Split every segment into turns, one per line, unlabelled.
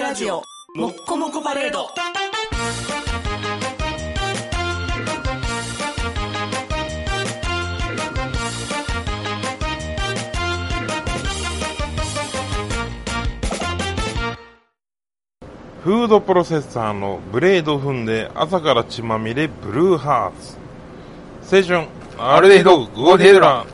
ラジオもっこもこパレード
フードプロセッサーのブレード踏んで朝から血まみれブルーハーツ青春アルデヒドゴディエドラ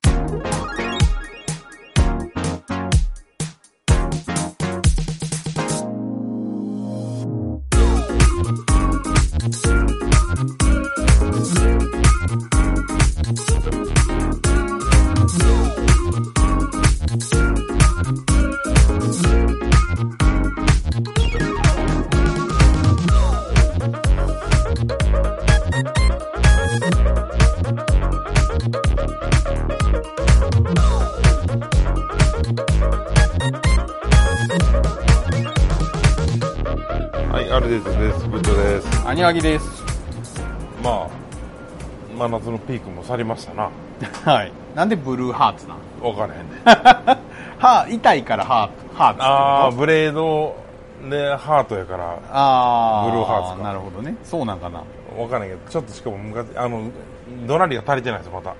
はいアルデヒドです部長です
アニワギです。
まあ真夏のピークも去りましたな
はい。なんでブルーハーツなん
分からへんね
は、痛いからハーツ、ハーツってこと
ああブレードでハートやから
あー
ブルーハーツか
なるほどね。そうなんかな。
分からへんけどちょっとしかも昔あの怒鳴りが足りてないですまた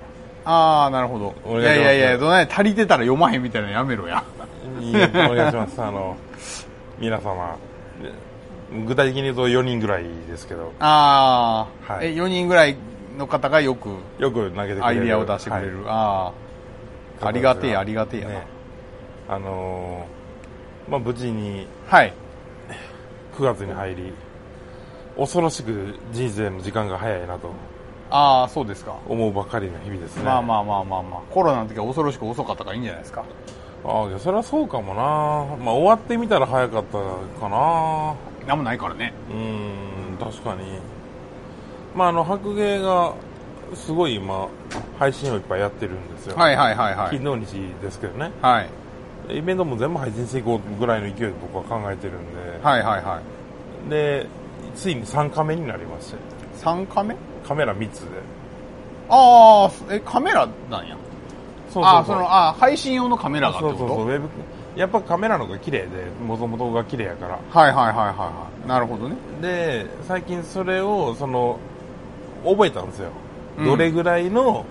ああ、なるほど。
お願いしま
い
す
やいやいや、どない足りてたら読まへんみたいなのやめ ろや。
いいえお願いし ますあの皆様具体的に言うと4人ぐらいですけど
ああ、
はい
え、4人ぐらいの方がよく
よく投げてくれる
アイディアを出してくれる。ああ、ありがてえ、ありがてえやな。
あのーまあ無事に
はい。
9月に入り恐ろしく人生の時間が早いなと
ああ、そうですか。
思うばかりの日々ですね
まあまあまあまあまあ、コロナの時は恐ろしく遅かったからいいんじゃないですか。
ああいやそれはそうかもなまあ終わってみたら早かったかな
なんもないからね。
うーん確かにまああの白芸がすごい今配信をいっぱいやってるんですよ
はいはいはいは
昨
い。
日日ですけどね
はい。
イベントも全部配信していこうぐらいの勢いで僕は考えてるんで、
はいはいはい。
でついに3カメになりまして
3カメ
カメラ3つで
ああ、え、カメラなんや。
そ
ああ、その、ああ、配信用のカメラがって
そ
こ
う
と
そうそうウェブやっぱカメラの方が綺麗でもともとが綺麗やから
はいはいはいはいはい。なるほどね。
で最近それをその覚えたんですよ、
うん
どれぐらいの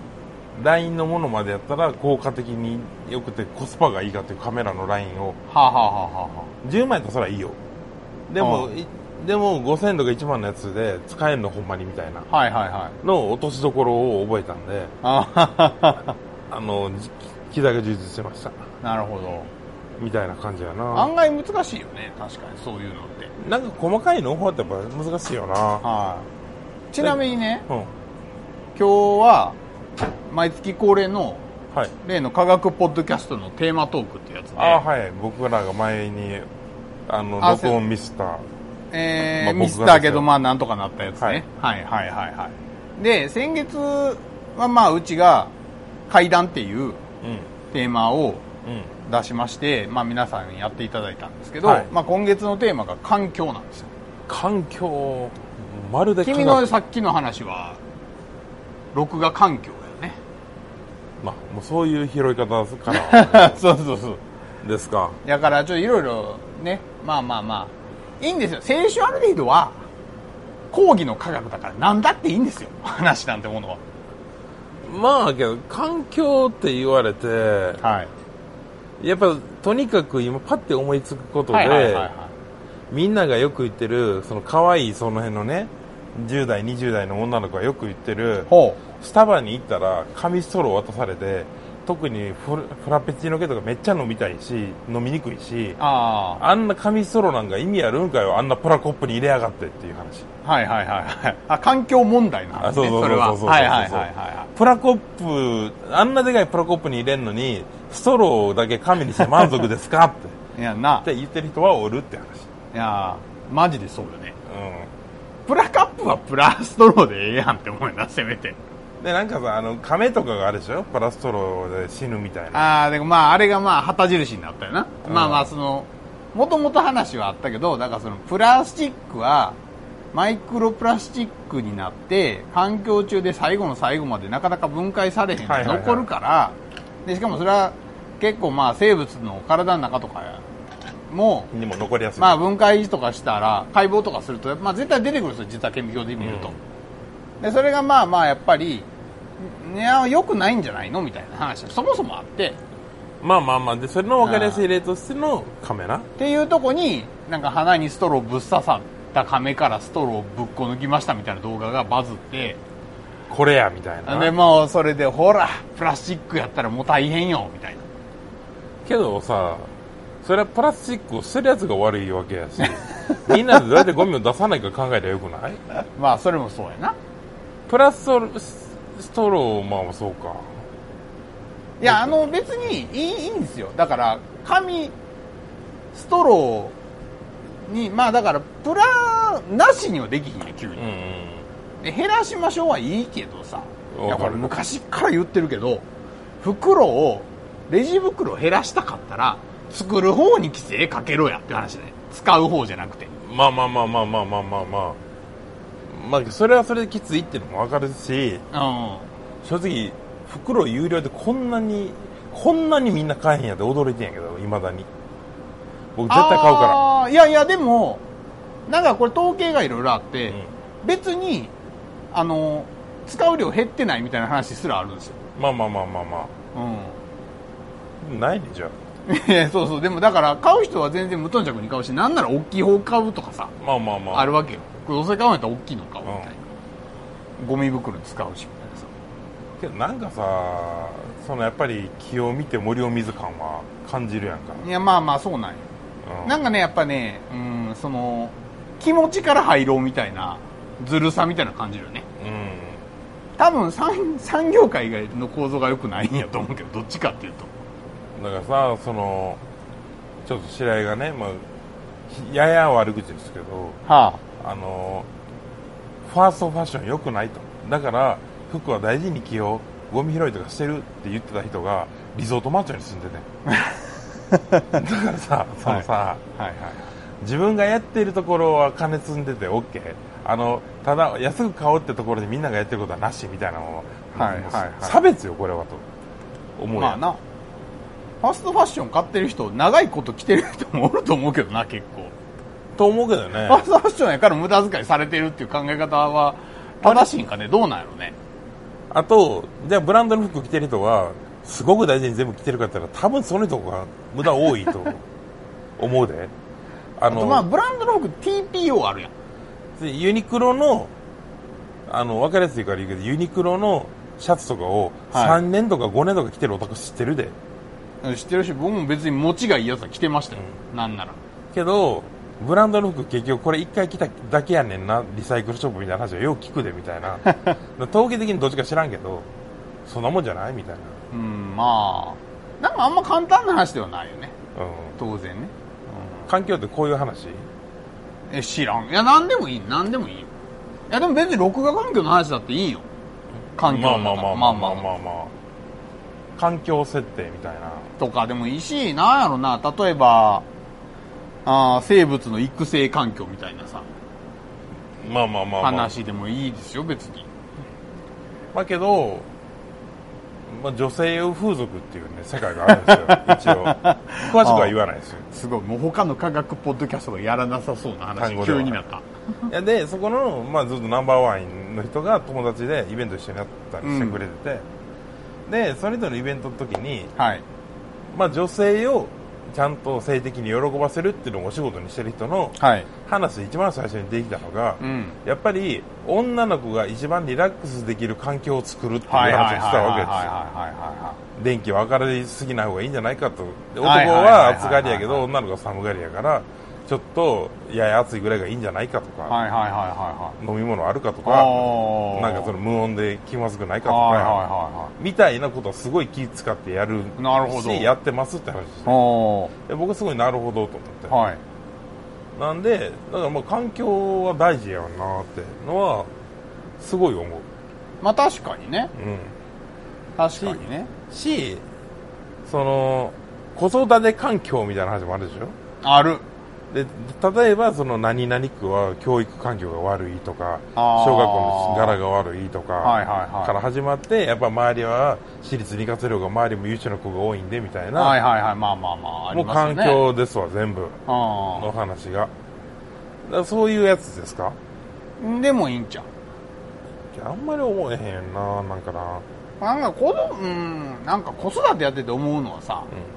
LINE のものまでやったら効果的によくてコスパがいいかっていうカメラのラインを
はあ、はあはあは
10枚とそらいいよでも
ああ
いでも5000とか1万のやつで使えるのほんまにみたいな
あはあ、はいはいはい。
の落としどころを覚えたんで
あははは
あのじ機材が充実してました
なるほど。
みたいな感じやな
案外難しいよね、確かに、そういうのって。
なんか細かいの方ってやっぱ難しいよな
はい。ちなみにね、
うん
今日は、毎月恒例の、
はい
例の科学ポッドキャストのテーマトークっていうやつで、
あはい僕らが前にあの
あ
録音ミスった
えー
まあ
ミスったけど、まあ、なんとかなったやつ
はい
ね。はい、はい、はい、はい。で、先月は、まあ、うちが、階段っていう
う
テーマ
ん
を
うん
出しまして、まあ、皆さんにやっていただいたんですけど、
はい
まあ、今月のテーマが環境なんですよ。
環境まるで科学
君のさっきの話は、録画環境だよ
まあもうそういう拾い方から
ね。そうそうそう。
ですか
だから、ちょっといろいろね、まあまあまあ、いいんですよ。青春アルディドは、講義の科学だから、なんだっていいんですよ。話なんてものは。
まあけど環境って言われて
はい。
やっぱとにかく今パッて思いつくことで、
はいはいはいはい。
みんながよく言ってるその可愛いその辺のね10代20代の女の子がよく言ってる
ほ
スタバに行ったら紙ストロー渡されて特にフルフラペチーノ系とかめっちゃ飲みたいし飲みにくいし
う。あ
あんな紙ストローなんか意味あるんかよあんなプラコップに入れやがってっていう話
あ、はいはいはいはい。あ、環境問題なん
あ
です
そう
ね、
そうそう
それは。
そうそうそうそう
はいはいはいは
プラコップあんなでかいプラコップに入れんのにストローだけ紙にして満足ですか って
い。いや、な
っ、て言ってる人はおるって話
いや、マジでそうよね。
う
プラカップはプラストローでええやんって思いな、せ めて。
んでなんかさあの亀とかがあるでしょプラストローで死ぬみたいな
ああ、でもまあ、あれがまあ、旗印になったよな。
うん
まあまあ、その、もともと話はあったけど、だからその、プラスチックは、マイクロプラスチックになって、環境中で最後の最後までなかなか分解されへんの
はい
が
はいはい
残るから、でしかもそれは結構まあ、生物の体の中とかも、
にも残りやすい、
まあ、分解とかしたら解剖とかすると、まあ、絶対出てくるんですよ実は顕微鏡で見ると、でそれがまあまあやっぱりいやよくないんじゃないのみたいな話がそもそもあって
まあまあまあでそれの分かりやすい例としてのカメラ
っていうとこになんか鼻にストローぶっ刺さった亀からストローをぶっこ抜きましたみたいな動画がバズって
これやみたいな
でもうそれでほらプラスチックやったらもう大変よみたいな
けどさそれはプラスチックを捨てるやつが悪いわけやし みんなでどうやってゴミを出さないか考えたらよくない
まあそれもそうやな
プラスストロストローまあそうか
いやあの別にいいいいんですよだから紙ストローにまあだからプラなしにはできひんや急
う
に、
んうん
で減らしましょうはいいけどさ
わかる
いやこれ昔から言ってるけど袋をレジ袋を減らしたかったら作る方に規制かけろやって話ね使う方じゃなくて
まあまあまあまあまあまあまあまあまあそれはそれできついっていうのもわかるし
うん
正直袋有料でこんなにこんなにみんな買えへんやって驚いてんやけどいまだに僕絶対買うから
らいやいやでもなんかこれ統計がいろいろあって、
う
別にあの使う量減ってないみたいな話すらあるんですよ、
まあまあまあまあまあないねじゃあ
うん、い やそうそうでもだから買う人は全然無頓着に買うしなんなら大きい方買うとかさ
まあまあまあ
あるわけよこれどうせ買うんやったら大きいの買おうみたいな、ゴミ袋に使うしみたいなさ
けどなんかさそのやっぱり気を見て森を見ず感は感じるやんか、
いやまあまあそうなんよ
うん
なんかねやっぱねうんその気持ちから入ろうみたいなずるさみたいな感じるよね
うん
多分産産業界以外の構造が良くないんやと思うけどどっちかっていうと
だからさそのちょっと知り合いがね、まあ、やや悪口ですけど
は
あのファーストファッション良くないとだから服は大事に着ようゴミ拾いとかしてるって言ってた人がリゾートマンションに住んでて だからさそのさ、
あはいはい
自分がやってるところは金積んでて OK あのただ安く買おうってところでみんながやってることはなしみたいなのを、
はいはいはい
差別よこれはと思う
ま
や
あ
ん、
なファストファッション買ってる人長いこと着てる人もおると思うけどな結構
と思うけどね
ファストファッションやから無駄遣いされてるっていう考え方は正しいんかねどうなんやろうね
あとじゃあブランドの服着てる人はすごく大事に全部着てるかって言ったら多分その人が無駄多い と思うであ
あとまあブランドの服 TPO あるやん
でユニクロの、あの、わかりやすいから言うけど、ユニクロのシャツとかを
はい
3年とか5年とか着てる男知ってるで。
知ってるし僕も別に持ちがいいやつは着てましたよ、なんなら
けど、ブランドの服結局これ1回着ただけやねんな、リサイクルショップみたいな話はよう聞くで、みたい な。だから統計的にどっちか知らんけど、そんなもんじゃないみたい
うんまあなんかあんま簡単な話ではないよね
な。うん。
当然ね、
環境ってこういう話
え知らんいや何でもいい何でもいいよいやでも別に録画環境の話だっていいよ環境
まあ
の
まあまあま
ま
あま
あま
あ
あ
ま
ま
あ
あ
まあ。環境設定みたいな。
とかでもいいしなんやろな例えばあー生物の育成環境みたいなさ
まあまあまあまあ。
話でもいいですよ別に
まあけど、まあ、女性風俗っていうね世界がある んですよ一応詳しくは言わないですよ
すごいもう他の科学ポッドキャストがやらなさそうな
単
話
語では
急になった
いやでそこの、まあ、ずっとナンバーワンの人が友達でイベント一緒になったりしてくれてて、でその人のイベントの時に、
はい
まあ、女性をちゃんと性的に喜ばせるっていうのをお仕事にしてる人の
はい
話で一番最初にできたのが、
うん
やっぱり女の子が一番リラックスできる環境を作るっていう
はいはいはい
話を
はい
してたわけですよ
は
電気は明るすぎない方がいいんじゃないかとで男
はいはいはいはい
は暑がりやけど女の子は寒がりやからちょっとやや暑いぐらいがいいんじゃないかとか、
いはいはいはいはいはいは
飲み物あるかと
い
か
あー
なんかその無音で気まずくないかとか、
はいはいは
みたいなことをすごい気使ってやる
なるほど
しやってますって話です
いはいお
で僕すごいなるほどと思って、
ーはい
なんでだからまあ環境は大事やんなってのはすごい思う、
まあ確かにね
うん、
確かにね
しその子育て環境みたいな話もあるでしょ
ある
で例えばその何々区は教育環境が悪いとか
あー
小学校の柄が悪いとか、
はいはいはい
から始まってやっぱ周りは私立理科生量が周りも優秀な子が多いんでみたいな、
はいはいはいまあまあまあ
も
あり
う
ますよ
環
ね
境ですわ全部の
あ
話がだからそういうやつですか
あでもいいんちゃう
いやあんまり思えへんななんかな、
なんか子供うんなんか子育てやってて思うのはさ
う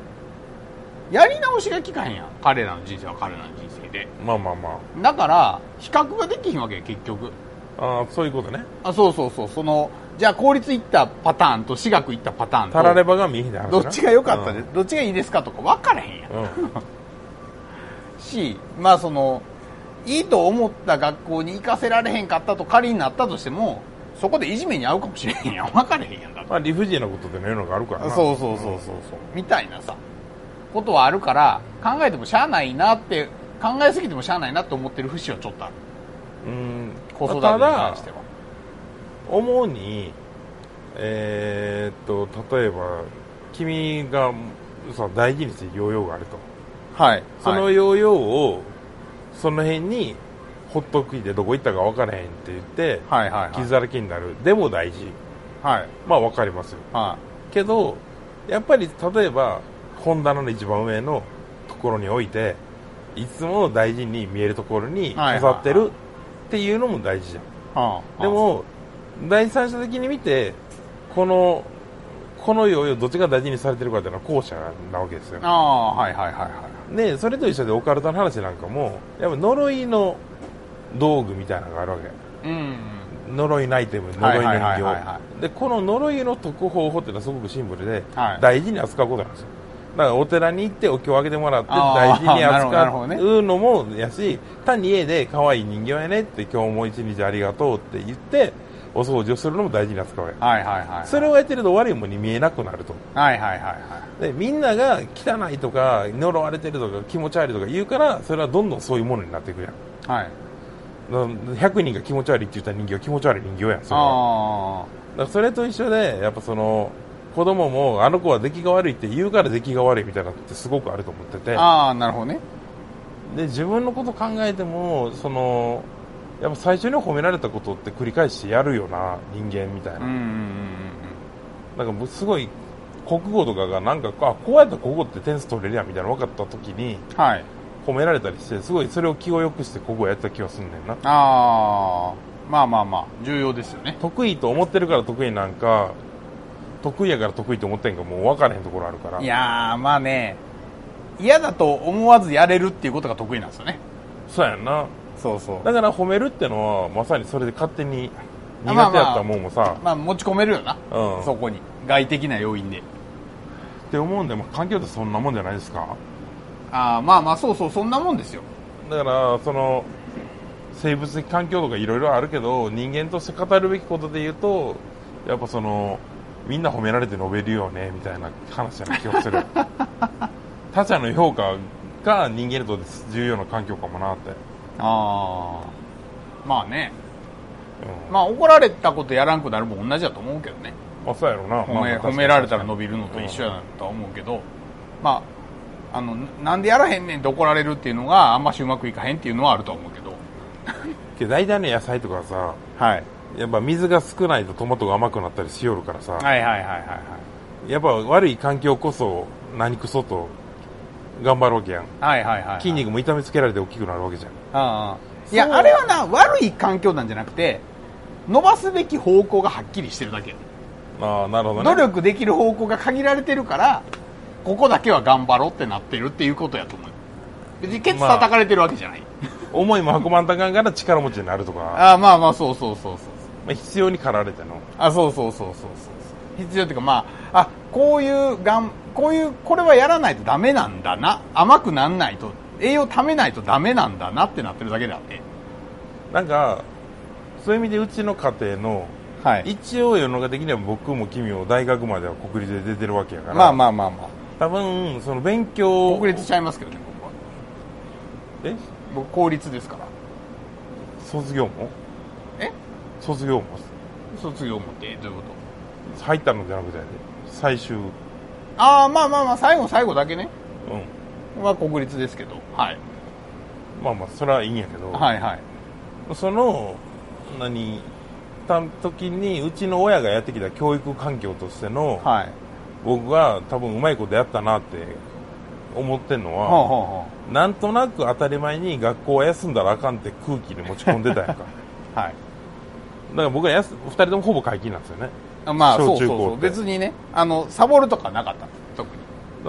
やり直しが効かへんやん彼らの人生は彼らの人生で
ん、まあまあま
だから比較ができひんわけよ結局
ああーそういうことね
あそうそうそうそのじゃあ公立行ったパターンと私学行ったパターンと
たらればが見えへんって話な
どっちが良かったで、
うん
どっちがいいですかとか分からへんやん
うん
しまあそのいいと思った学校に行かせられへんかったと仮になったとしてもそこでいじめに遭うかもしれへんや ん分からへんやんだって
まあ理不尽なことでの世の中あるからな
そうそうそうそうそうみたいなさことはあるから考えてもしゃあないなって考えすぎてもしゃあないなって思ってる節はちょっとある
うん
子育てに
ただ
関しては
主にえーっと例えば君がさ大事にしてるヨーヨーがあると
はい
その
はい
ヨーヨーをその辺にほっとくいてどこ行ったか分からへんって言って、
はいはい
傷だらけになるでも大事
はい
まあ分かりますよ
は
けどやっぱり例えば本棚の一番上のところに置いていつも大事に見えるところに飾って
はい
るっていうのも大事じゃん
いはあ
でも第三者的に見てこのこのヨーヨーどっちが大事にされてるかっていうのは後者なわけですよ
ああはいはいはいはい
でそれと一緒でオカルトの話なんかもやっぱ呪いの道具みたいなのがあるわけ
うん
呪いのアイテム呪いの人
はいはいはいは
形でこの呪いの解く方法っていうのはすごくシンプルで、
はい
大事に扱うことなんですよだからお寺に行ってお経をあげてもらって大
あー
事に
なるほどな
扱
るほ
うのもやし、単に家で可愛い人形やねって今日も一日ありがとうって言ってお掃除をするのも大事に扱うやん
はいはいはい。
それをやってると悪いものに見えなくなると
はいはいはいは
でみんなが汚いとか呪われてるとか気持ち悪いとか言うからそれはどんどんそういうものになっていくやん
い。はい。
だから100人が気持ち悪いって言った人形は気持ち悪い人形やんそれは
あ
だからそれと一緒でやっぱその子供もあの子は出来が悪いって言うから出来が悪いみたいなのってすごくあると思ってて
あ。ああ、なるほどね。
で自分のこと考えてもそのやっぱ最初に褒められたことって繰り返してやるよな人間みたいな、
うんうんうん
なんかもうすごい国語とかがなんかあこうやったら国語って点数取れるやんみたいなの分かった時に
うん。はい。
褒められたりしてすごいそれを気を良くして国語やってた気がすんねんな
ああ、まあまあまあ、重要ですよね。
得意と思ってるから得意なんか得意やから得意と思ってんかもう分からへんところあるから
いやー、まあね、嫌だと思わずやれるっていうことが得意なんですよね。
そうやんな
そうそう。
だから褒めるってのはまさにそれで勝手に苦手やったもんもさ、
まあ持ち込めるよな、
うん
そこに。外的な要因で。
って思うんで、まあ、環境ってそんなもんじゃないですか
ああ、まあまあ、そうそう、そんなもんですよ。
だからその生物的環境とかいろいろあるけど人間として語るべきことで言うとやっぱそのみんな褒められて述べるよねみたいな話な気が する他者の評価が人間にとって重要な環境かもなって、
ああ。まあね。
うん
まあ怒られたことやらんくなるも同じだと思うけどね。
まあ、そうやろな
褒め
まあ
褒められたら伸びるのと一緒やなとは思うけど、まあ、あのなんでやらへんねんって怒られるっていうのがあんましうまくいかへんっていうのはあると思うけど、
けど大体ね野菜とかさ
はい、
やっぱ水が少ないとトマトが甘くなったりしよるからさ、
はいはいはいはい
やっぱ悪い環境こそ何クソと頑張るわけやん
はいはいはいはい
筋肉も痛めつけられて大きくなるわけじゃん
ああい
そう
やあれはな悪い環境なんじゃなくて伸ばすべき方向がはっきりしてるだけ
ああなるほどね
努力できる方向が限られてるからここだけは頑張ろうってなってるっていうことやと思う別にケツ叩かれてるわけじ ゃない、
思いも運ばんたかんから力持ちになるとか、ま
ああまあまあそうそうそうそう
あ、必要に駆られての
あそうそうそうそうそうそう必要っていうかまああこういうがんこういうこれはやらないとダメなんだな甘くなんないと栄養ためないとダメなんだなってなってるだけだって
なんかそういう意味でうちの家庭の
は
一応世の中的には僕も君も大学までは国立で出てるわけやから、
まあまあまあま
多分その勉
あ
強
国立ちゃいますけどね僕は
え
僕公立ですから
卒業も
え
卒業も
卒業もってどういうこと
入ったのじゃなくて最終うん
ああまあまあまあ最後最後だけねは国立ですけどはい
まあまあそれはいいんやけど、
はいはい
その何た時にうちの親がやってきた教育環境としての、
はい
僕が多分うまいことやったなって思ってんの
ほ
は
う、ほうほ
なんとなく当たり前に学校は休んだらあかんって空気に持ち込んでたやんかだか
うはい
ら僕はやす2人ともほぼ解禁なんですよね
あまあ
小
そうそ
中
う
高
そう
って
別にねあのサボるとかなかった特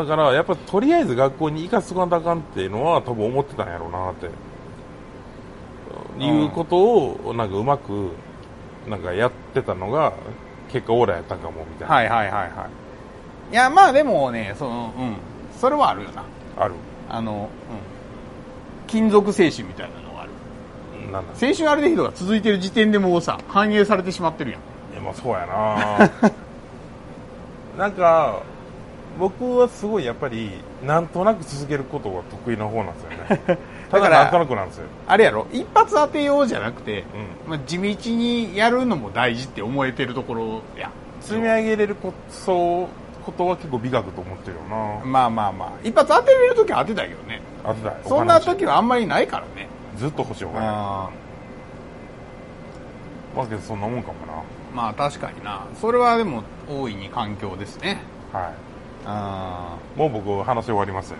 に
だからやっぱとりあえず学校に行かすかなあかんっていうのは多分思ってたんやろうなって、
ん
いうことをなんかうまくなんかやってたのが結果オーラやったんかもみたいな、
はいはいはいはいいやまあでもねそのうんそれはあるよな
ある
あの、うん、金属精神みたいなのがある
なんだ
青春アルデヒドが続いてる時点でもうさ反映されてしまってるやん
いやまあそうや ななんか僕はすごいやっぱりなんとなく続けることが得意な方なんですよね だ
だ
か
か
ららなんとなくなんですよ、
あれやろ一発当てようじゃなくて、
う
まあ、地道にやるのも大事って思えてるところやん
ん、積み上げれるこそうことは結構美学と思ってるよな
まあまあまあ一発当てれる時は当てたけどね
あてだよ
そんな時はあんまりないからね
ずっと欲しいお金
あ
わけでそんなもんかも
ーまあ確かになそれはでも大いに環境ですね
なは
あ
いもう僕話終わりま し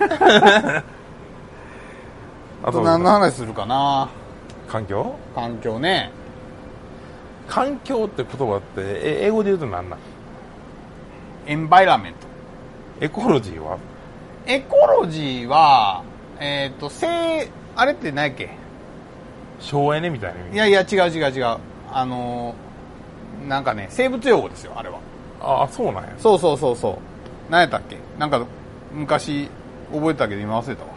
たよ
あ
あと
何の話するかな
環境
環境ね
環境って言葉ってえ英語で言うと何なん
エンバイラメント
エコロジーは
エコロジーはえっ、と生あれってないっけ
省エネみたいな意味
いやいや違う違う違うあのーなんかね生物用語ですよあれは
ああそうなんや
そうそうそうそう何やったっけなんか昔覚えてたけど今忘れたわ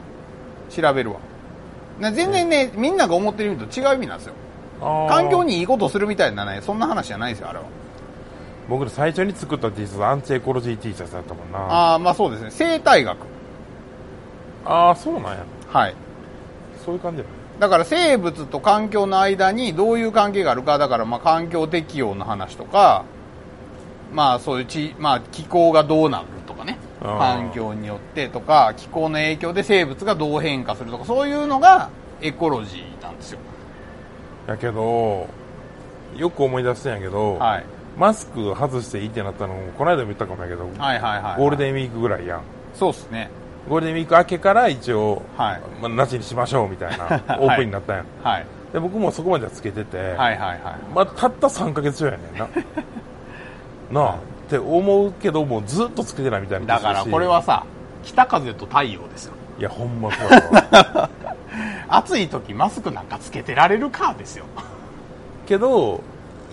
調べるわな全然ね、みんなが思ってる意味と違う意味なんですよ
あー
環境にいいことをするみたいなねそんな話じゃないですよあれは
僕ら最初に作った T シャツアンチエコロジー T シャツだったもんなあ
ああーまあそうですね生態学
あーそうなんや
はい
そういう感じやね
だから生物と環境の間にどういう関係があるかだからまあ環境適応の話とかまあそういうち、まあ、気候がどうなるとかね
あー
環境によってとか気候の影響で生物がどう変化するとかそういうのがエコロジーなんですよ
やけどよく思い出してんやけど、
はい
マスク外していいってなったのもこの間も言ったかもやけど、
はいはいはい
ゴール
ン
デンウィークぐらいやん
そうっすね
ゴールデンウィーク明けから一応、
はい
まあ、なしにしましょうみ たいな
い
オープンになったやん、
はい
で僕もそこまではつけてて、
はいはいはい
まあ、たった3ヶ月後やねんな なあって思うけどもうずっとつけてないみたいな
だ
気する
か
し
らこれはさ北風と太陽ですよ
いやほんまそうや わ
暑い時マスクなんかつけてられるかですよ
けど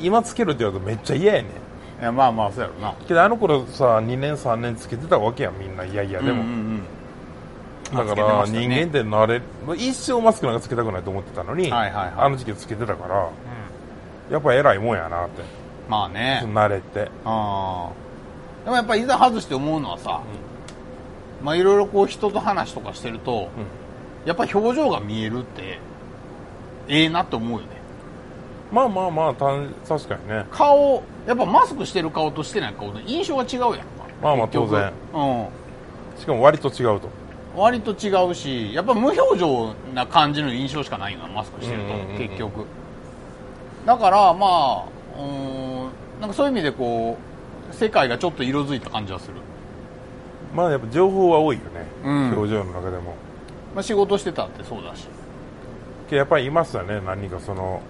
今つけるって言われるとめっちゃ嫌やねん
いやまあまあそうやろな
けどあの頃さ2年3年つけてたわけやんみんないやいやでも、
うんうんうん
だか
つけてま
ら
したね
人間って慣れ一生マスクなんかつけたくないと思ってたのに、
はいはいはい
あの時期つけてたからやっぱ偉いもんやなって
まあね
慣れて
あーでもやっぱいざ外して思うのはさ、まあいろいろこう人と話とかしてると、やっぱ表情が見えるってええなって思うよね
まあまあまあたん確かにね
顔やっぱマスクしてる顔としてない顔の印象が違うやんか
まあまあ
結局
当然
うん
しかも割と違うと
割と違うしやっぱ無表情な感じの印象しかないよなマスクしてると、
うんうんうんうん
結局だからまあうーんなんかそういう意味でこう世界がちょっと色づいた感じはする、
まあやっぱ情報は多いよね、
うん
表情の中でも
まあ、仕事してたってそうだし
けどやっぱりいますよね何人かその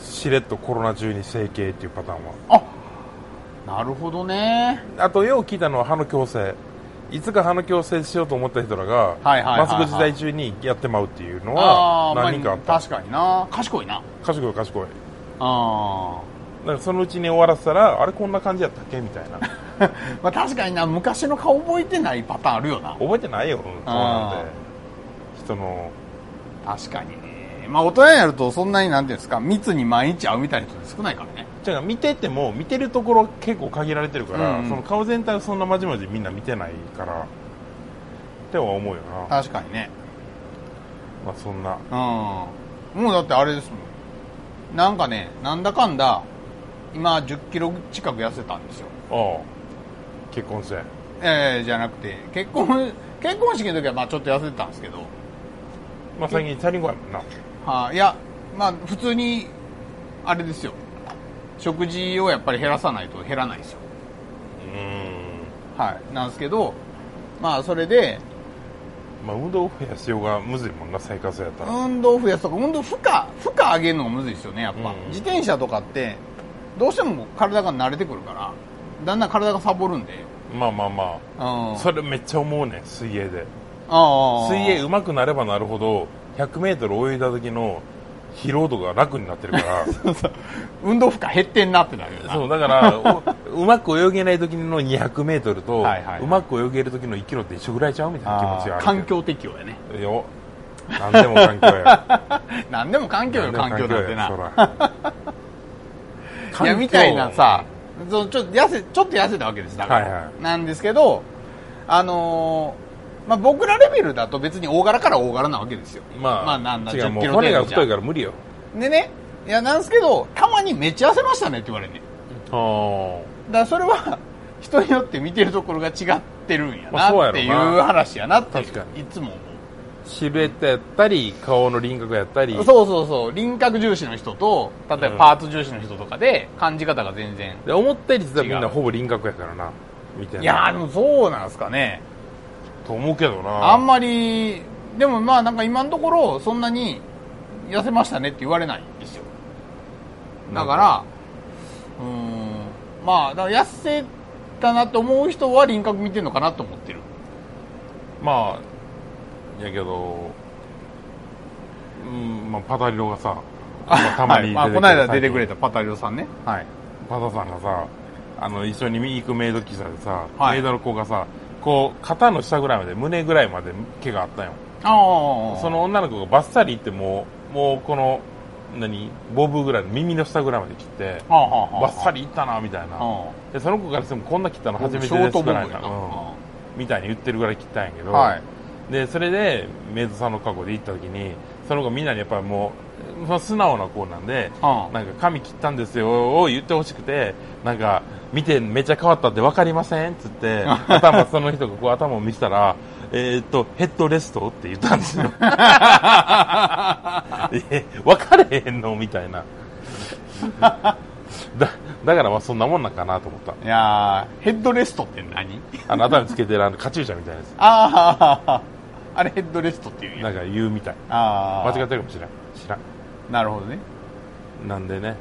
しれっとコロナ中に整形っていうパターンは
あなるほどね
あとよう聞いたのは歯の矯正いつか歯の矯正しようと思った人らが、
はいはいはいはい
マスク時代中にやってまうっていうの
あ
は
ーまあ
何人かあった
確かにな賢いな
賢い賢いだ
あ
からそのうちに終わらせたらあれこんな感じやったっけみたいな
ー、まあ、確かにな昔の顔覚えてないパターンあるよな
覚えてないよそうなんて人の
確かにねまあ大人になるとそんなになんていうんですか密に毎日会うみたいな人って少ないからね
じゃあ見てても見てるところ結構限られてるから、
うんうん
その顔全体をそんなまじまじみんな見てないからっては思うよな、
確かにね
まあ、そんな
うんもうだってあれですもんなんかねなんだかんだ今1 0キロ近く痩せたんですよ
ああ結婚して
ええじゃなくて結婚結婚式の時はまあちょっと痩せてたんですけど
まあ最近チャリンコやもんな
はい、いやまあ普通にあれですよ食事をやっぱり減らさないと減らないですよ
うん
はいなんですけどまあそれで
まあ運動を増やしようがむずいもんな生活やったら、
運動を増やすとか運動負荷負荷上げるのがむずいですよねやっぱ、
うん
自転車とかってどうしても体が慣れてくるからだんだん体がサボるんで
まあまあま
うん
あそれめっちゃ思うねん水泳で
ああ
水泳上手くなればなるほど 100m 泳いだ時の疲労度が楽になってるから
運動負荷減ってんなってなるよな
そうだ からおうまく泳げない時の 200m と、
はいはいはいう
まく泳げる時の 1km って一緒ぐらいちゃうみたいな
あ
気持ちがあ
ー
る
環境適応やね
境よ何でも環境や
何でも環境よ環境だってな
そら
いやみたいなさそうちょっと痩せちょっと痩せたわけですだから、
はいはい
なんですけど、あのーまあ、僕らレベルだと別に大柄から大柄なわけですよ
まあ、
まあなんだ
違う
10
も
キ
う
ロ
骨が
程度じゃ
太いから無理よ
でねいやなんですけどたまにめっちゃ痩せましたねって言われるね
あ
だからそれは人によって見てるところが違ってるんや
まあそう
な
やろな
っていう話やなって
確かに
いつも思う
シルエットやったり顔の輪郭やったり
そうそうそう輪郭重視の人と例えばパーツ重視の人とかで感じ方が全然、
で思ったより実はみん
違
な
う
ほぼ輪郭やからなみたいない
やーでもそうなんですかね
と思うけどな
あんまりでもまあなんか今のところそんなに痩せましたねって言われないんですよだからうーんまあだから痩せたなと思う人は輪郭見てるのかなと思ってる
まあやけどうんまあパタリロがさまあたまに出て
は
く
いまあ
る
この間出てくれたパタリオさんねはい
パタさんがさあの一緒に見に行くメイド喫茶でさ、
はい
メイドの子がさこう肩の下ぐらいまで胸ぐらいまで毛があったんよ
ああ
その女の子がバッサリいってもうもうこの何ボブぐらいの耳の下ぐらいまで切って
はあはあはあ
バッサリいったなみたいな、
あ
でその子からしてもこんな切ったの
あ
初めてです
ショートボ
ぐ
ブ
ら
や
いな、
な、
うんみたいに言ってるぐらい切ったんやけど、
はい
でそれでメイドさんの過去で行った時にその子みんなにやっぱりもうまあ素直な子なんで、
うん
なんか髪切ったんですよを言ってほしくてなんか見てめっちゃ変わったって分かりませんっつって頭その人がこう頭を見せたらえーっとヘッドレストって言ったん ですよえ分かれへんのみたいなだだからまあそんなもんなんかなと思った
いやーヘッドレストって何
あの頭につけてるあのカチューシャみたいなやつ
あああれヘッドレストっていうん
な
や
んか言うみたい
ああ
間違ってるかもしれん知らん
なるほどね
なんでね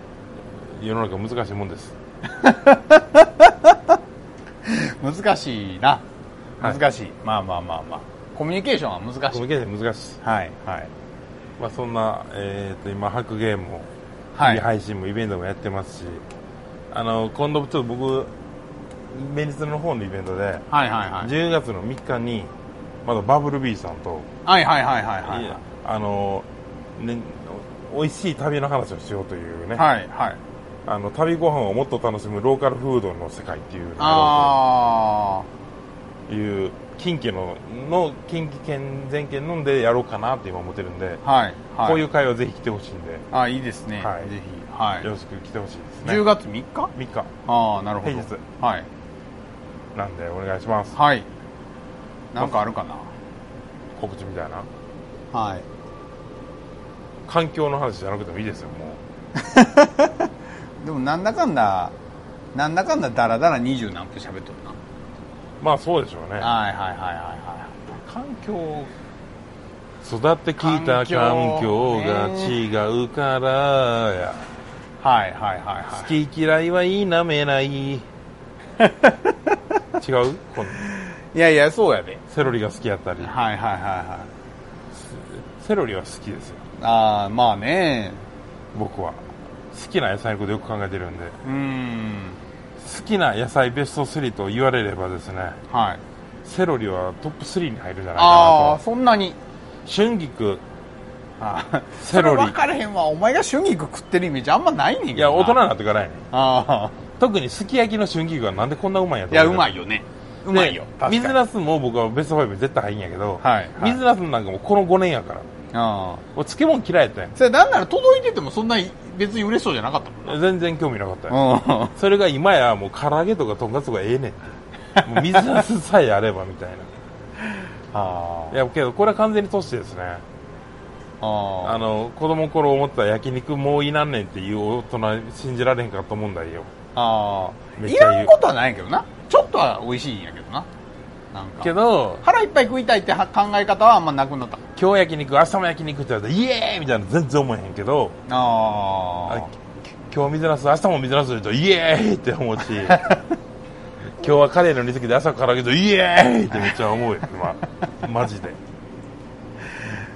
世の中難しいもんです
難しいな
はい
難しい、まあまあまあまあコミュニケーションは難
コミュ
しい
ニケーション難しい、
はいはい
まあ、そんな、えー、と今白ゲームも、
は
日
い
々配信もイベントもやってますしあの今度ちょっと僕メリットの方のイベントで、
はいはいはい
10月の3日にまだバブルビーさんと、
はいはいはいはいはい
いあのね美味しい旅の話をしようというね、
はいはい
あの旅ご飯をもっと楽しむローカルフードの世界っていうのをやろうと
あ
いう近畿のの近畿圏全県のんでやろうかなって今思ってるんで、
あはいはい
こういう会はぜひ来てほしいんで、
あーいいですね、
はい
ぜひはい
よろしく来てほしいですね
10月3日
3日
ああなるほど
平日
はい
なんでお願いします
はいなんかあるかな
告知みたいな
はい
環境の話じゃなくてもいいですよも
でもなんだかんだなんだかんだダラダラ二十何分喋っとるな
うまあそうでしょうね
はいはいはいはい
環境育ってきた環
環
境
境
が違うからや、
はいはいはいはいはい
好き嫌いは否めない 違うこの
いやいやそうやで
セロリが好きやったり
はいはいはいはい
セロリは好きですよ
ああまあね
僕は好きな野菜のことよく考えてるんで
うーん
好きな野菜ベスト3と言われればですね
はい
セロリはトップ3に入るんじゃない
ああ
かなと
そんなに
春菊
あー
セロリ
それ分からへんわお前が春菊食ってるイメージあんまないねんけど
いや大人になってからやね
ああ
特にすき焼きの春菊がなんでこんなうまいんやと
いやう
思
ま
って
いよねうまいよ
で
確かに
水なすも僕はベスト5に絶対入んやけど、
はいはい
水なすなんかもうこの5年やから
あ
俺漬物嫌いやったんや
あそれなんなら届いててもそんなに別に嬉しそうじゃなかった もん
全然興味なかったよ
なうん
それが今やもう唐揚げとかとんかつとかええねんってもう水なすさえあればみたいな
あ
いやけどこれは完全に年ですね
あ
あの子供の頃思ってた焼肉もういらんねんっていう大人信じられへんかったもんだよ
ああ
めっ
い
ちゃ言う
らんことはないけどなちょっとは美味しいんやけどななんか
けど
腹いっぱい食いたいっては考え方はあんまなくなった
今日焼肉明日も焼肉って言われたらイエーイみたいなの全然思えへんけど
あ
あき今日水なす明日も水なす言うとイエーイって思 うし今日はカレーの二席で朝から揚げるとイエーイってめっちゃ思うよ今マジで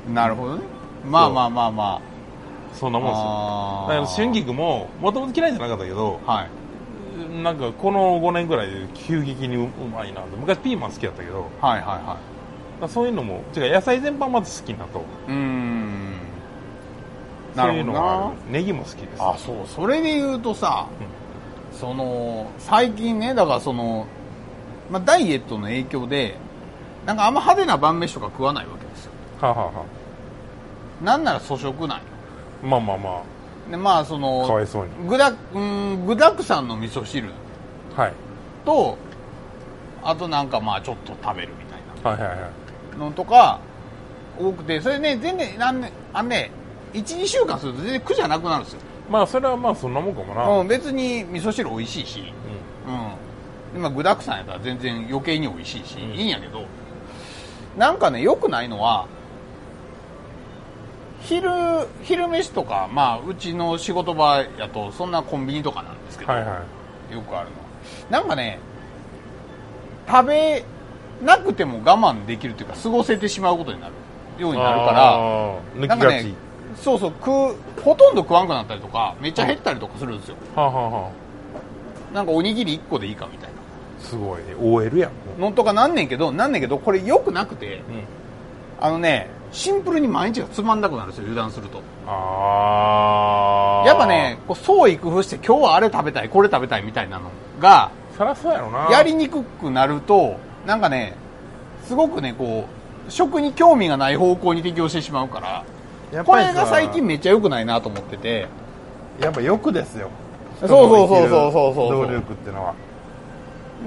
あなるほどねまあまあまあま
そんな
あ
もんですよ
あ
だ
ー
から春菊ももともと嫌いじゃなかったけど
はい
なんかこの5年ぐらいで急激にううまいなと昔ピーマン好きやったけど
はいはいは
まあそういうのも違う野菜全般まず好きなと
いうーんな
そうい
る
う
ほ
の
ど
があ
な
るネギも好きです
あそうそれで言うとさ、その最近ねだからその、まあ、ダイエットの影響でなんかあんま派手な晩飯とか食わないわけですよ
はあはあは
なんなら粗食なんよ
あまあまあま
でまあそ
あかわい
の
そうに
具だうん具だくさんの味噌汁
はい
とあとなんかまあちょっと食べるみたい
はいはいはい
なのとか多くてそれね全然あんねあんね12週間すると全然苦じゃなくなるんですよ、
まあそれはまあそんなもんかもな
うん、別に味噌汁美味しいしうん、今具だくさんやから全然余計に美味しいし、
ん
いいんやけどなんかね良くないのは昼昼飯とか、まあ、うちの仕事場やとそんなコンビニとかなんですけど、
はいは
よくあるのはなんかね食べなくても我慢できるというか過ごせてしまうことになるよう
い
になるから
あー抜き
なんか
が
ね
ち
そうそう食うほとんど食わんくなったりとかめっちゃ減ったりとかするんですよ
はあはあは
なんかおにぎり1個でいいかみたいな
あすごい OL やんも
のとかなんねんけどなんねんけどこれ良くなくて
う、うん、
あのねシンプルに毎日がつまんなくなるんですよ油断すると
ああ
やっぱねこう創意工夫して今日はあれ食べたいこれ食べたいみたいなのが
そりゃそうやろな
やりにくくなるとなんかねすごくねこう食に興味がない方向に適応してしまうから
やっ
こ
ぱり
れ
さ
が最近めっちゃ良くないなと思ってて
やっぱ欲ですよ
そうそうそうそうそうそう
人の生きる努力ってのは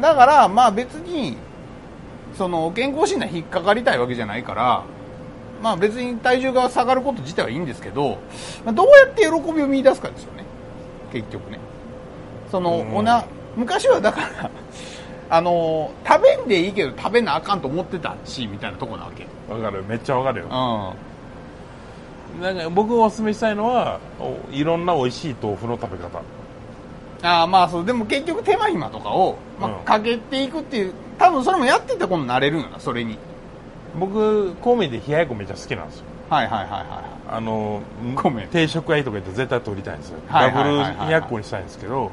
だからまあ別にその健康診断引っかかりたいわけじゃないからまあ別に体重が下がること自体はいいんですけど、まあどうやって喜びを見出すかですよね結局ねその、
うん
おな昔はだからあの食べんでいいけど食べなあかんと思ってたしみたいなとこなわけ
わかるめっちゃわかるよ
う
なんか僕がおすすめしたいのはおいろんな美味しい豆腐の食べ方
んああまあそうでも結局手間暇とかを、まあ
うん
かけていくっていう多分それもやってたことになれるんだなそれに
僕孔明で冷ややっこめっちゃ好きなんですよ
はいはいはいはいはい
あの
孔明
定食屋とか行って絶対取りたいんですよ
は
ダ
い
ブ
はい
ル
はい
冷
はい
ややっこにしたいんですけど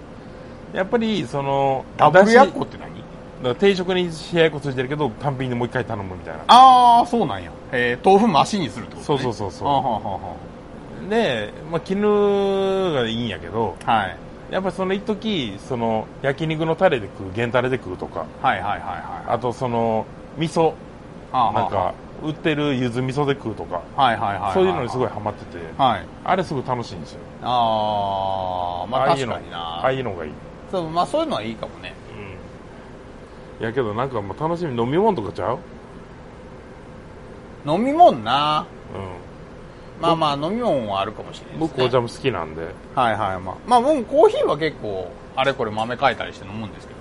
やっぱりその
ダブルやっこっ
だして
何
だから定食に冷ややっこついてるけど単品でもう一回頼むみたいな
ああそうなんや、えー、豆腐マシにするってこと、
そう
ね、
そうそうそう
はあはあは
で、まあ、絹がいいんやけど
あはい
やっぱりその一時その焼肉のタレで食う原タレで食うとか
はいはいはいはい
あとその味噌
あー
なんか売ってる柚子味噌で食うとか
はいはいはいは
そういうのにすごい
い
ハマってて
はい
あれすごい楽しいんですよ
ああまあ
いう
確
の
かにな
ああいうのがいい、
そうまあそういうのはいいかもね
いやけどなんかもう楽しみ飲み物とかちゃう
飲み物な
う
まあまあ飲み物はあるかもしれない
ん
で
僕
すね
紅茶も好きなんで
はいはいまあまあ僕コーヒーは結構あれこれ豆かいたりして飲むんですけ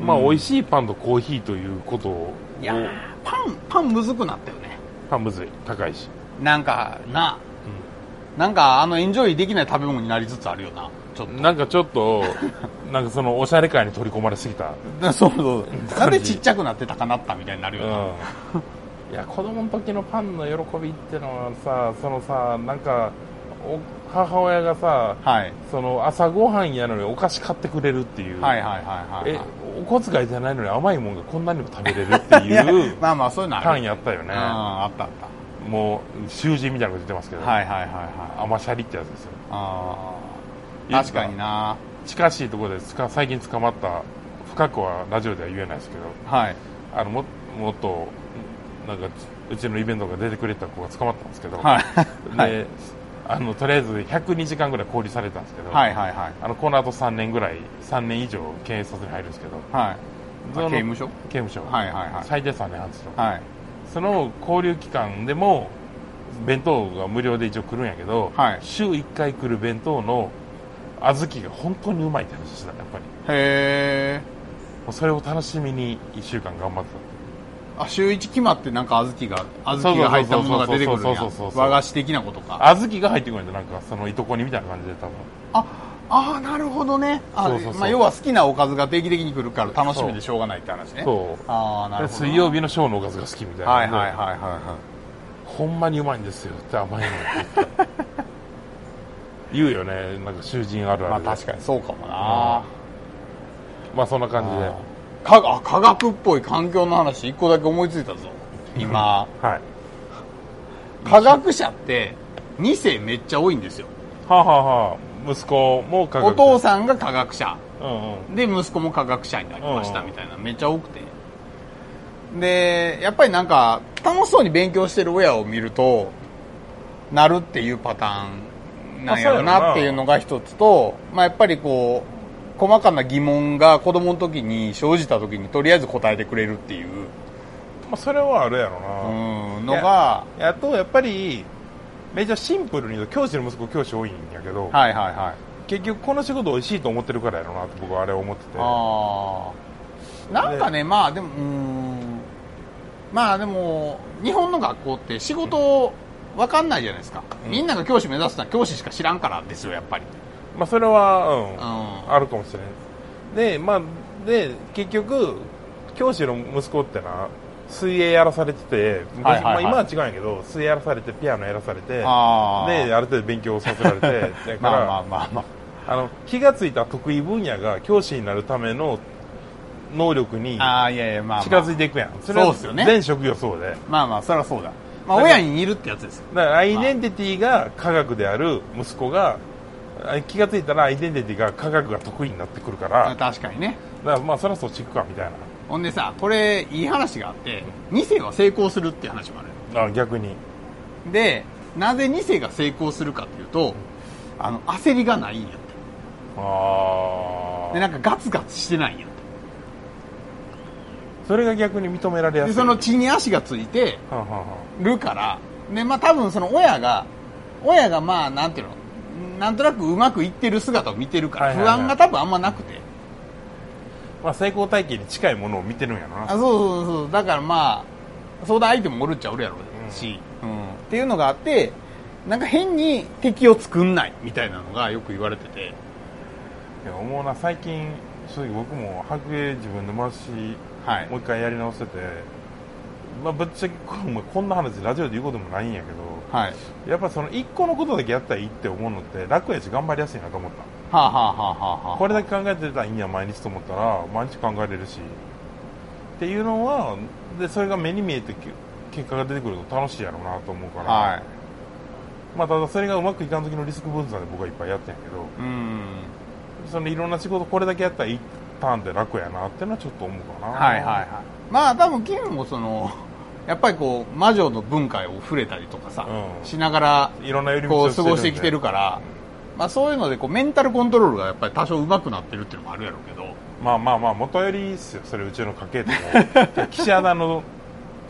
ど
まあ美味しいパンとコーヒーということを
いやーパンパンむずくなったよね
パンむずい高いし
なんかな
う
なんかあのエンジョイできない食べ物になりつつあるよなちょっと
んなんかちょっ となんかそのおしゃれ界に取り込まれすぎた
なそうそう なんでちっちゃくなって高なったみたいになるよな、
うん、いや子供の時のパンの喜びってのはさそのさなんかお母親がさ
はい、
その朝ごはんやのにお菓子買ってくれるっていう、
はいはいはいはい
え
は
お小遣いじゃないのに甘いもんがこんなにも食べれるって
いいや
いう
まあまあそういうのあ
パ
る
ンやったよね
うんあったあった
もう囚人みたいなこと言ってますけど、
はいはいはいはい
甘シャリってやつですよ
あー
いいっ
確
すか
かにな
近しいところでつか最近捕まった深くはラジオでは言えないですけど
はい
あのももっとなんかうちのイベントが出てくれた子が捕まったんですけど、
はい
で、
はい
あのとりあえず102時間ぐらい拘留されたんですけど、
はいはいはい
あのこの後3年ぐらい3年以上警察に入るんですけど
はい
その
刑務所
刑務所、
はいはいはい
最低3年半ですよ
はい
その拘留期間でも弁当が無料で一応来るんやけど、
はい
週1回来る弁当の小豆が本当にうまいって話してたやっぱりも
へえ
うそれを楽しみに1週間頑張って
あ週1決まってなんか小豆が小豆が入ったものが出てくるん
そうそうそうそうそ
や
うそうそう
和菓子的なことか
た小豆が入ってくるんじゃなんかそのいとこにみたいな感じで多分
ああーなるほどねあ
そうそうそう
まあ、要は好きなおかずが定期的に来るから楽しみでしょうがないって話ね
そう
ああなるほどな
水曜日のショーのおかずが好きみたいな、
はいはいはいはいは
ほんまにうまいんですよって甘いのって言った 言うよねなんか囚人ある
い
あ
まあ
るで
確かにそうかもな
まあそんな感じで
あーかあ科学っぽい環境の話一個だけ思いついたぞ今
はい
科学者って2世めっちゃ多いんですよ
はあ、はあはあ、息子も科
お
学
父
ん
さんが科学者
うんうん
で息子も科学者になりました
うん
みたいな、めっちゃ多くてでやっぱりなんか楽しそうに勉強してる親を見るとなるっていうパターンなんやろ
あそ
う
うやろな
なっていうのが一つと、まあ、やっぱりこう細かな疑問が子供の時に生じた時にとりあえず答えてくれるっていう
まあ、それはあるやろ
う
な、
んのが
やあとやっぱりめちゃシンプルに言うと教師の息子教師多いんやけど、
はいはいはい
結局この仕事美味しいと思ってるからやろなって僕はあれ思ってて
ああなんかねまあでもうーんまあでも日本の学校って仕事わかんないじゃないですか、
うん
みんなが教師目指すのは教師しか知らんからですよやっぱり
まあそれはうん、
うん
あるかもしれんでまあで結局教師の息子ってな水泳やらされてて、
はいはいはい
まあ、今は違うんやけど水泳やらされてピアノやらされてで
あー
ある程度勉強させられて だか
ま
ら
あまあまあまあ
あの気がついた得意分野が教師になるための能力に
ああいやいやまあ、
近づい
い
ていくやん
そうっすよね
全職業そうでだか
まあまあそりゃそうだまあ
だから
親に似るってやつですよ
らアイデンティティが科学である息子があ気がついたらアイデンティティが科学が得意になってくるからだか
確かにね
らまあそらそっち行くかみたい
ほんでさこれいい話があって2世は成功するっていう話もあるよ
なあ逆に
でなぜ2世が成功するかっていうとあの焦りがないんやって
あ
で
あ
なんかガツガツしてないんやって
それが逆に認められやす
で
い
その血に足がついて
はあはあは
るからでまあ多分その親が親がまあなんていうのなんとなくうまくいってる姿を見てるか
は
ら
いはい
不
はい
安が多分あんまなくて、
あまあ、成功体験に近いものを見てるんやろな
あそうそうそうだからまあ相談相手もおるっちゃおるやろし、うんっていうのがあってなんか変に敵を作んないみたいなのがよく言われてて
いや思うな最近正直僕も白衣自分で回し
はい
もう一回やり直してて、まあ、ぶっちゃけこんこんな話ラジオで言うこともないんやけど
はい
やっぱその一個のことだけやったらいいって思うのって楽やし頑張りやすいなと思った
はあ、はあはあはあはあ、
これだけ考えてたらいいんや毎日と思ったら毎日考えれるしっていうのはでそれが目に見えてけ結果が出てくると楽しいやろうなと思うから、
はい
まあ、ただそれがうまくいかん時のリスク分散で僕はいっぱいやってんやけど
うん
そのいろんな仕事これだけやったらいいターンで楽やなってのはちょっと思うかな
はいはいはいまあ多分キムもその やっぱりこう魔女の文化を触れたりとかさ、
うん
しながら
いろんな寄り道
こ
を
う過ごしてきてる
か
から、まあ、そういうのでこうメンタルコントロールがやっぱり多少上手くなってるっていうのもあるやろうけど
まあまあまあ元よりっすよそれうちの 家系とも岸和田の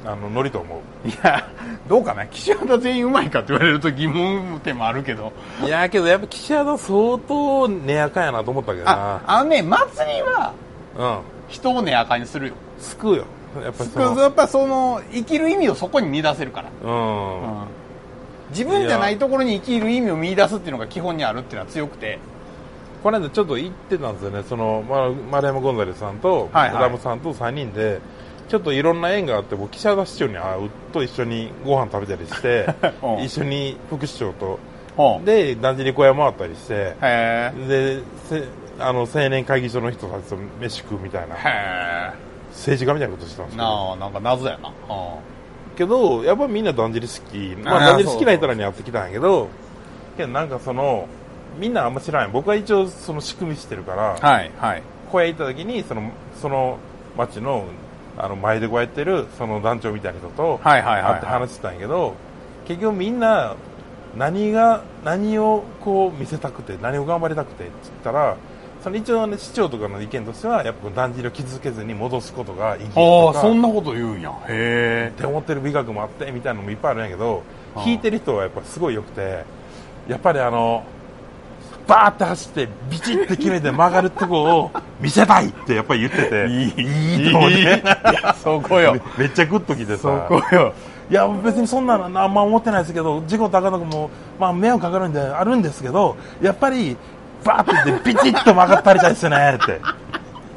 あのノリと思う
いやどうかな岸和田全員上手いかって言われると疑問点もあるけど
いやけどやっぱ岸和田相当根やかやなと思ったけど
あ
な
あのね祭りは
うん
人をねあかにするよ
救うよやっぱりその
やっぱその生きる意味をそこに見出せるから、
うん、
うん自分じゃないところに生きる意味を見出すっていうのが基本にあるっていうのは強くて
この間ちょっと行ってたんですよねその、まあ、丸山ゴンザレスさんと
はいはい
ラムさんと3人でちょっといろんな縁があって僕岸和田市長に会うと一緒にご飯食べたりして
うん
一緒に副市長と
ほう
でだんじり小屋回ったりして
へえ
でせあの青年会議所の人たちと飯食うみたいな
へ
政治家みたいなことしてたんです
え
けど
なあなんか謎やなうん
けどやっぱみんなだんじり好き、まあ、
あー
だんじり好きな人らに会ってきたんやけどけどなんかそのみんなあんま知らんやん僕は一応その仕組みしてるから、
はいはい
小屋行った時にそのその町のあの前でこうやってるその団長みたいな人と
は
会
いはいはいはい
って話してたんやけど結局みんな何が何をこう見せたくて何を頑張りたくてって言ったらその一応ね市長とかの意見としてはやっぱだんじりを傷つけずに戻すことが意義
あ
と
あ
か
そんなこと言うんやへ
っ
え
て思ってる美学もあってみたいなのもいっぱいあるんやけど
ああ
弾いてる人はやっぱすごい良くてやっぱりあのバーって走ってビチって決めて曲がるとこを見せたいってやっぱり言って ていいいと思って
そこよ
めめっちゃグッときて
そ
さ
こよ
いや別にそんなのあんま思ってないですけど事故と赤の子も、まあ、迷惑かかるんであるんですけどやっぱりバーって言ってビチッと曲がったりたいですねって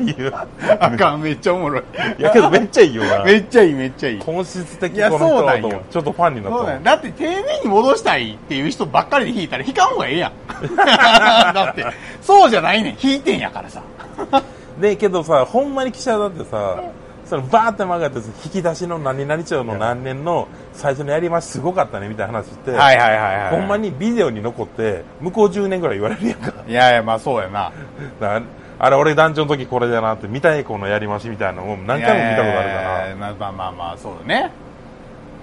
いう
あかんめっちゃおもろい
いやけどめっちゃいいよな
めっちゃいいめっちゃいい
本質的
いや
この人
そうな
は
ん
と
よ
思ってちょっとファンになったも
そうんだよだって丁寧に戻したいっていう人ばっかりで弾いたら弾かん方がええやん だってそうじゃないねん弾いてんやからさ
でけどさほんまに記者だってさそのバーって曲がって引き出しの何々町の何年の最初のやりましすごかったねみたいな話して、
はいはいはいはい
ほんまにビデオに残って向こう10年ぐらい言われるやんか
いやいやまあそうやな
なあれ俺団長の時これだなって見たいこのやりましみたいなのを何回も見たことあるか
いやいやいや
ら
まあまあまあまあそうだね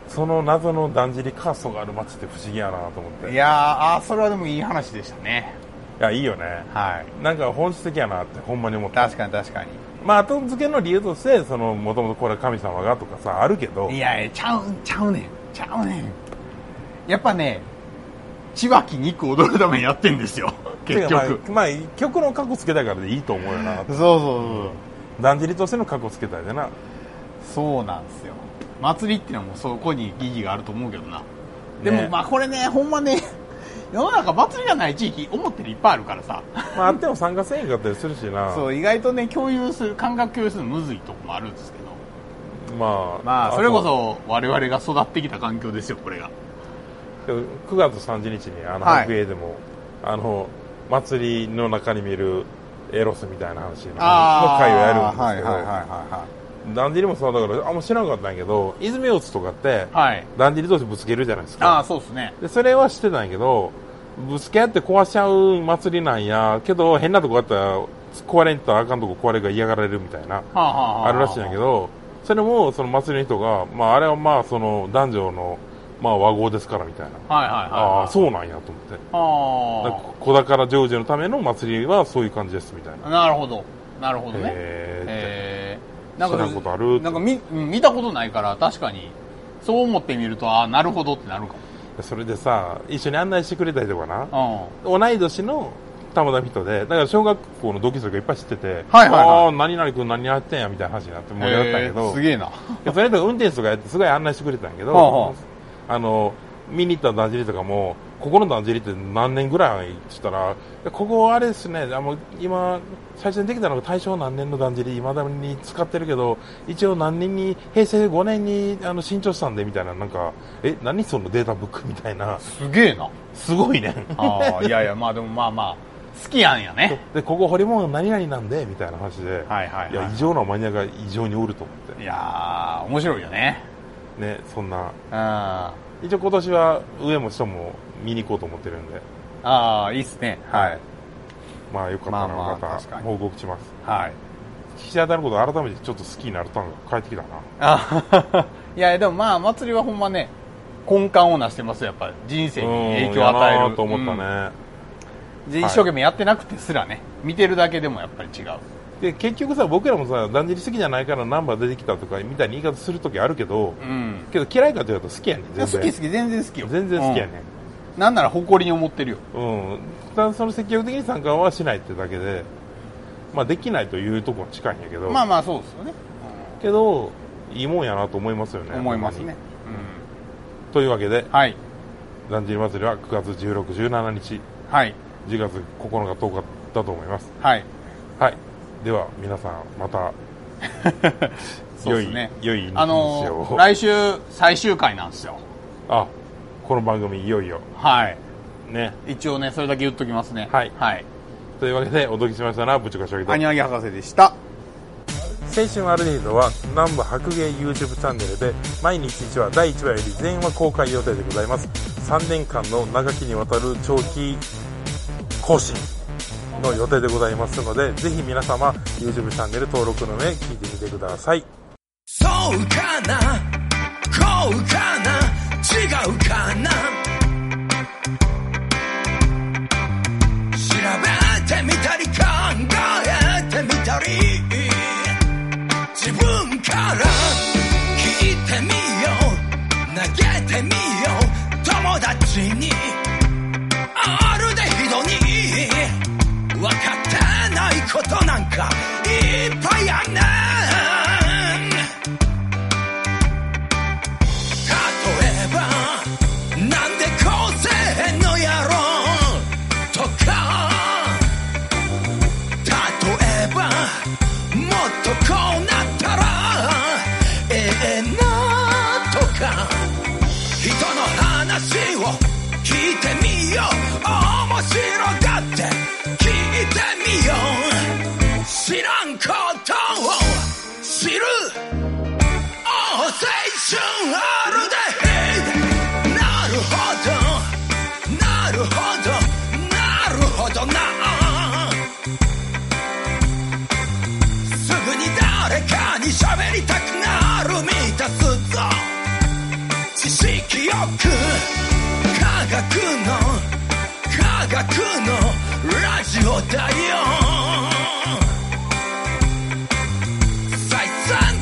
その謎のだんじりカーストがある街って不思議やなと思って
い
い
やーあーそれはでもいい話でしたね
やいいよね
はい
なんか本質的やなってほんまに思った
確かに確かに
まあ後付けの理由としてそのもともとこれは神様がとかさあるけど
いやいや、ちゃう、ちゃうねん。ちゃうねん。やっぱね、千葉木肉踊るためにやってんです よ。結
て
局。
かまあ、まあ、曲の過去つけたからでいいと思うよな
そうそう
だんじりとしての過去つけたいでな
そう。そうなんですよ。祭りってのはもうそこに意義があると思うけどな。でも
ね
まあこれね、ほんまね、 世の中祭りがない地域、思ってるいっぱいあるからさ。
まああっても参加せえへんかったりするしな
そう、意外とね、共有する、感覚共有するのむずいとこもあるんですけど。
まあ
まあ、それ
と
こそ我々が育ってきた環境ですよ、これが。
9月30日にあの
はい
白英でも、あの祭りの中に見るエロスみたいな話のの
あー
会をやるんですけど、
はいはいはいは
だんじりもそうだからあんま知らなかったんやけど泉大津とかって
いはい。はい。
だんじり同士ぶつけるじゃないです
ああ、
か
そうですね。
でそれは知ってたんやけどぶつけ合って壊しちゃう祭りなんやけど変なとこあったら壊れんとあかんとこ壊れるから嫌がられるみたいな
はあ、はあはあ、
あるらしいんやけど、それもその祭りの人が、まあ、あれはまあその男女の、まあ、和合ですからみたいな、
はいはいはいはい、
ああ、そうなんやと思って、だから
あ
こ子宝成就のための祭りはそういう感じですみたいな。
あなるほどなるほどね
へ
えー、
そんなことある
なんか見うん見たことないから確かにそう思ってみるとああなるほどってなるか
ーそれでさ、一緒に案内してくれたりとかな、
も
同い年の玉田の人で、だから小学校の同級生がいっぱい知ってて、
はいはいはい
ああ、何々君何やってんやみたいな話になって
うん
盛り上がったんやけど、
へーすげえな
いやそれとか運転手とかやってすごい案内してくれたんやけど、
はあは
あ、の見に行っただんじりとかもここのだんじりって何年ぐらいって言ったらいやここあれですねあの今最初にできたのが大正何年のだんじり未だに使ってるけど一応何年に平成5年にあの新調したんでみたいななんかえ何そのデータブックみたいな
すげえな
すごいね
ああいやいやまあでもまあまあ好きやんやね
でここ堀本何々なんでみたいな話で、
はいはい
いや
は
異常なマニアが異常におると思っ
いいやー面白いよね
てねそんな
うんあ
一応今年は上も下も見に行こうと思ってるんで、
あいいっすねはい
まあよかったら
まあまあ
ま
確か
た
に
報告します。
はい
聞き当たること改めてちょっと好きになるたんが帰ってきたな。
あいやでもまあ祭りはほんまね根幹をなしてますよやっぱり人生に影響を与え
うんや
る
なと思ったね。
うんで
はい
一生懸命やってなくてすらね見てるだけでもやっぱり違う
で、結局さ、僕らもさ、だんじり好きじゃないからナンバー出てきたとかみたいに言い方するときあるけど、
うん
けど嫌いかというと好きやねん、全
好き
然。
好き全然好きよ
全然好きやね
うんなんなら誇りに思ってるよ
ん。うん。ただその積極的に参加はしないってだけで、まあできないというところは近いんやけど、
まあまあそうですよね
けど、いいもんやなと思いますよね。
思いますね
というわけで
う、んはい
だんじり祭りは9月16、17日、
はい
10月9日、10日だと思います。
はい
はい。では、皆さん、また、
そうですね
良い、良い日
あ
常
の
を。
ー来週最終回なんですよ
あ、この番組、いよいよ。
はい
ね。
一応ねそれだけ言っときますね
はい
はい
というわけで、お届けしましたな、ぶちこしょぎと
ア。ニワギ博士でした
青春アルディードは、南部白芸 YouTube チャンネルで、毎日1話、第1話より全話公開予定でございます。3年間の長きにわたる長期更新の予定でございますので、ぜひ皆様、YouTube チャンネル登録の上、聞いてみてください。
そうかなこうかな違うかな調べてみたり考自分から聞いてみよう投げてみよう友達にあるでひどに分かってないことなんかいっぱいあんねん例えばなんでこうせえんのやろとか例えばもっとこうなったらええなとか人の話を聞いてみよう面白がって聞いてみよう知らんことを知る青春あるでなるほどなるほどなるほどなすぐに誰かに喋りたくなる満たすぞ知識よく科学の科学のラジオだよ最先 Oh,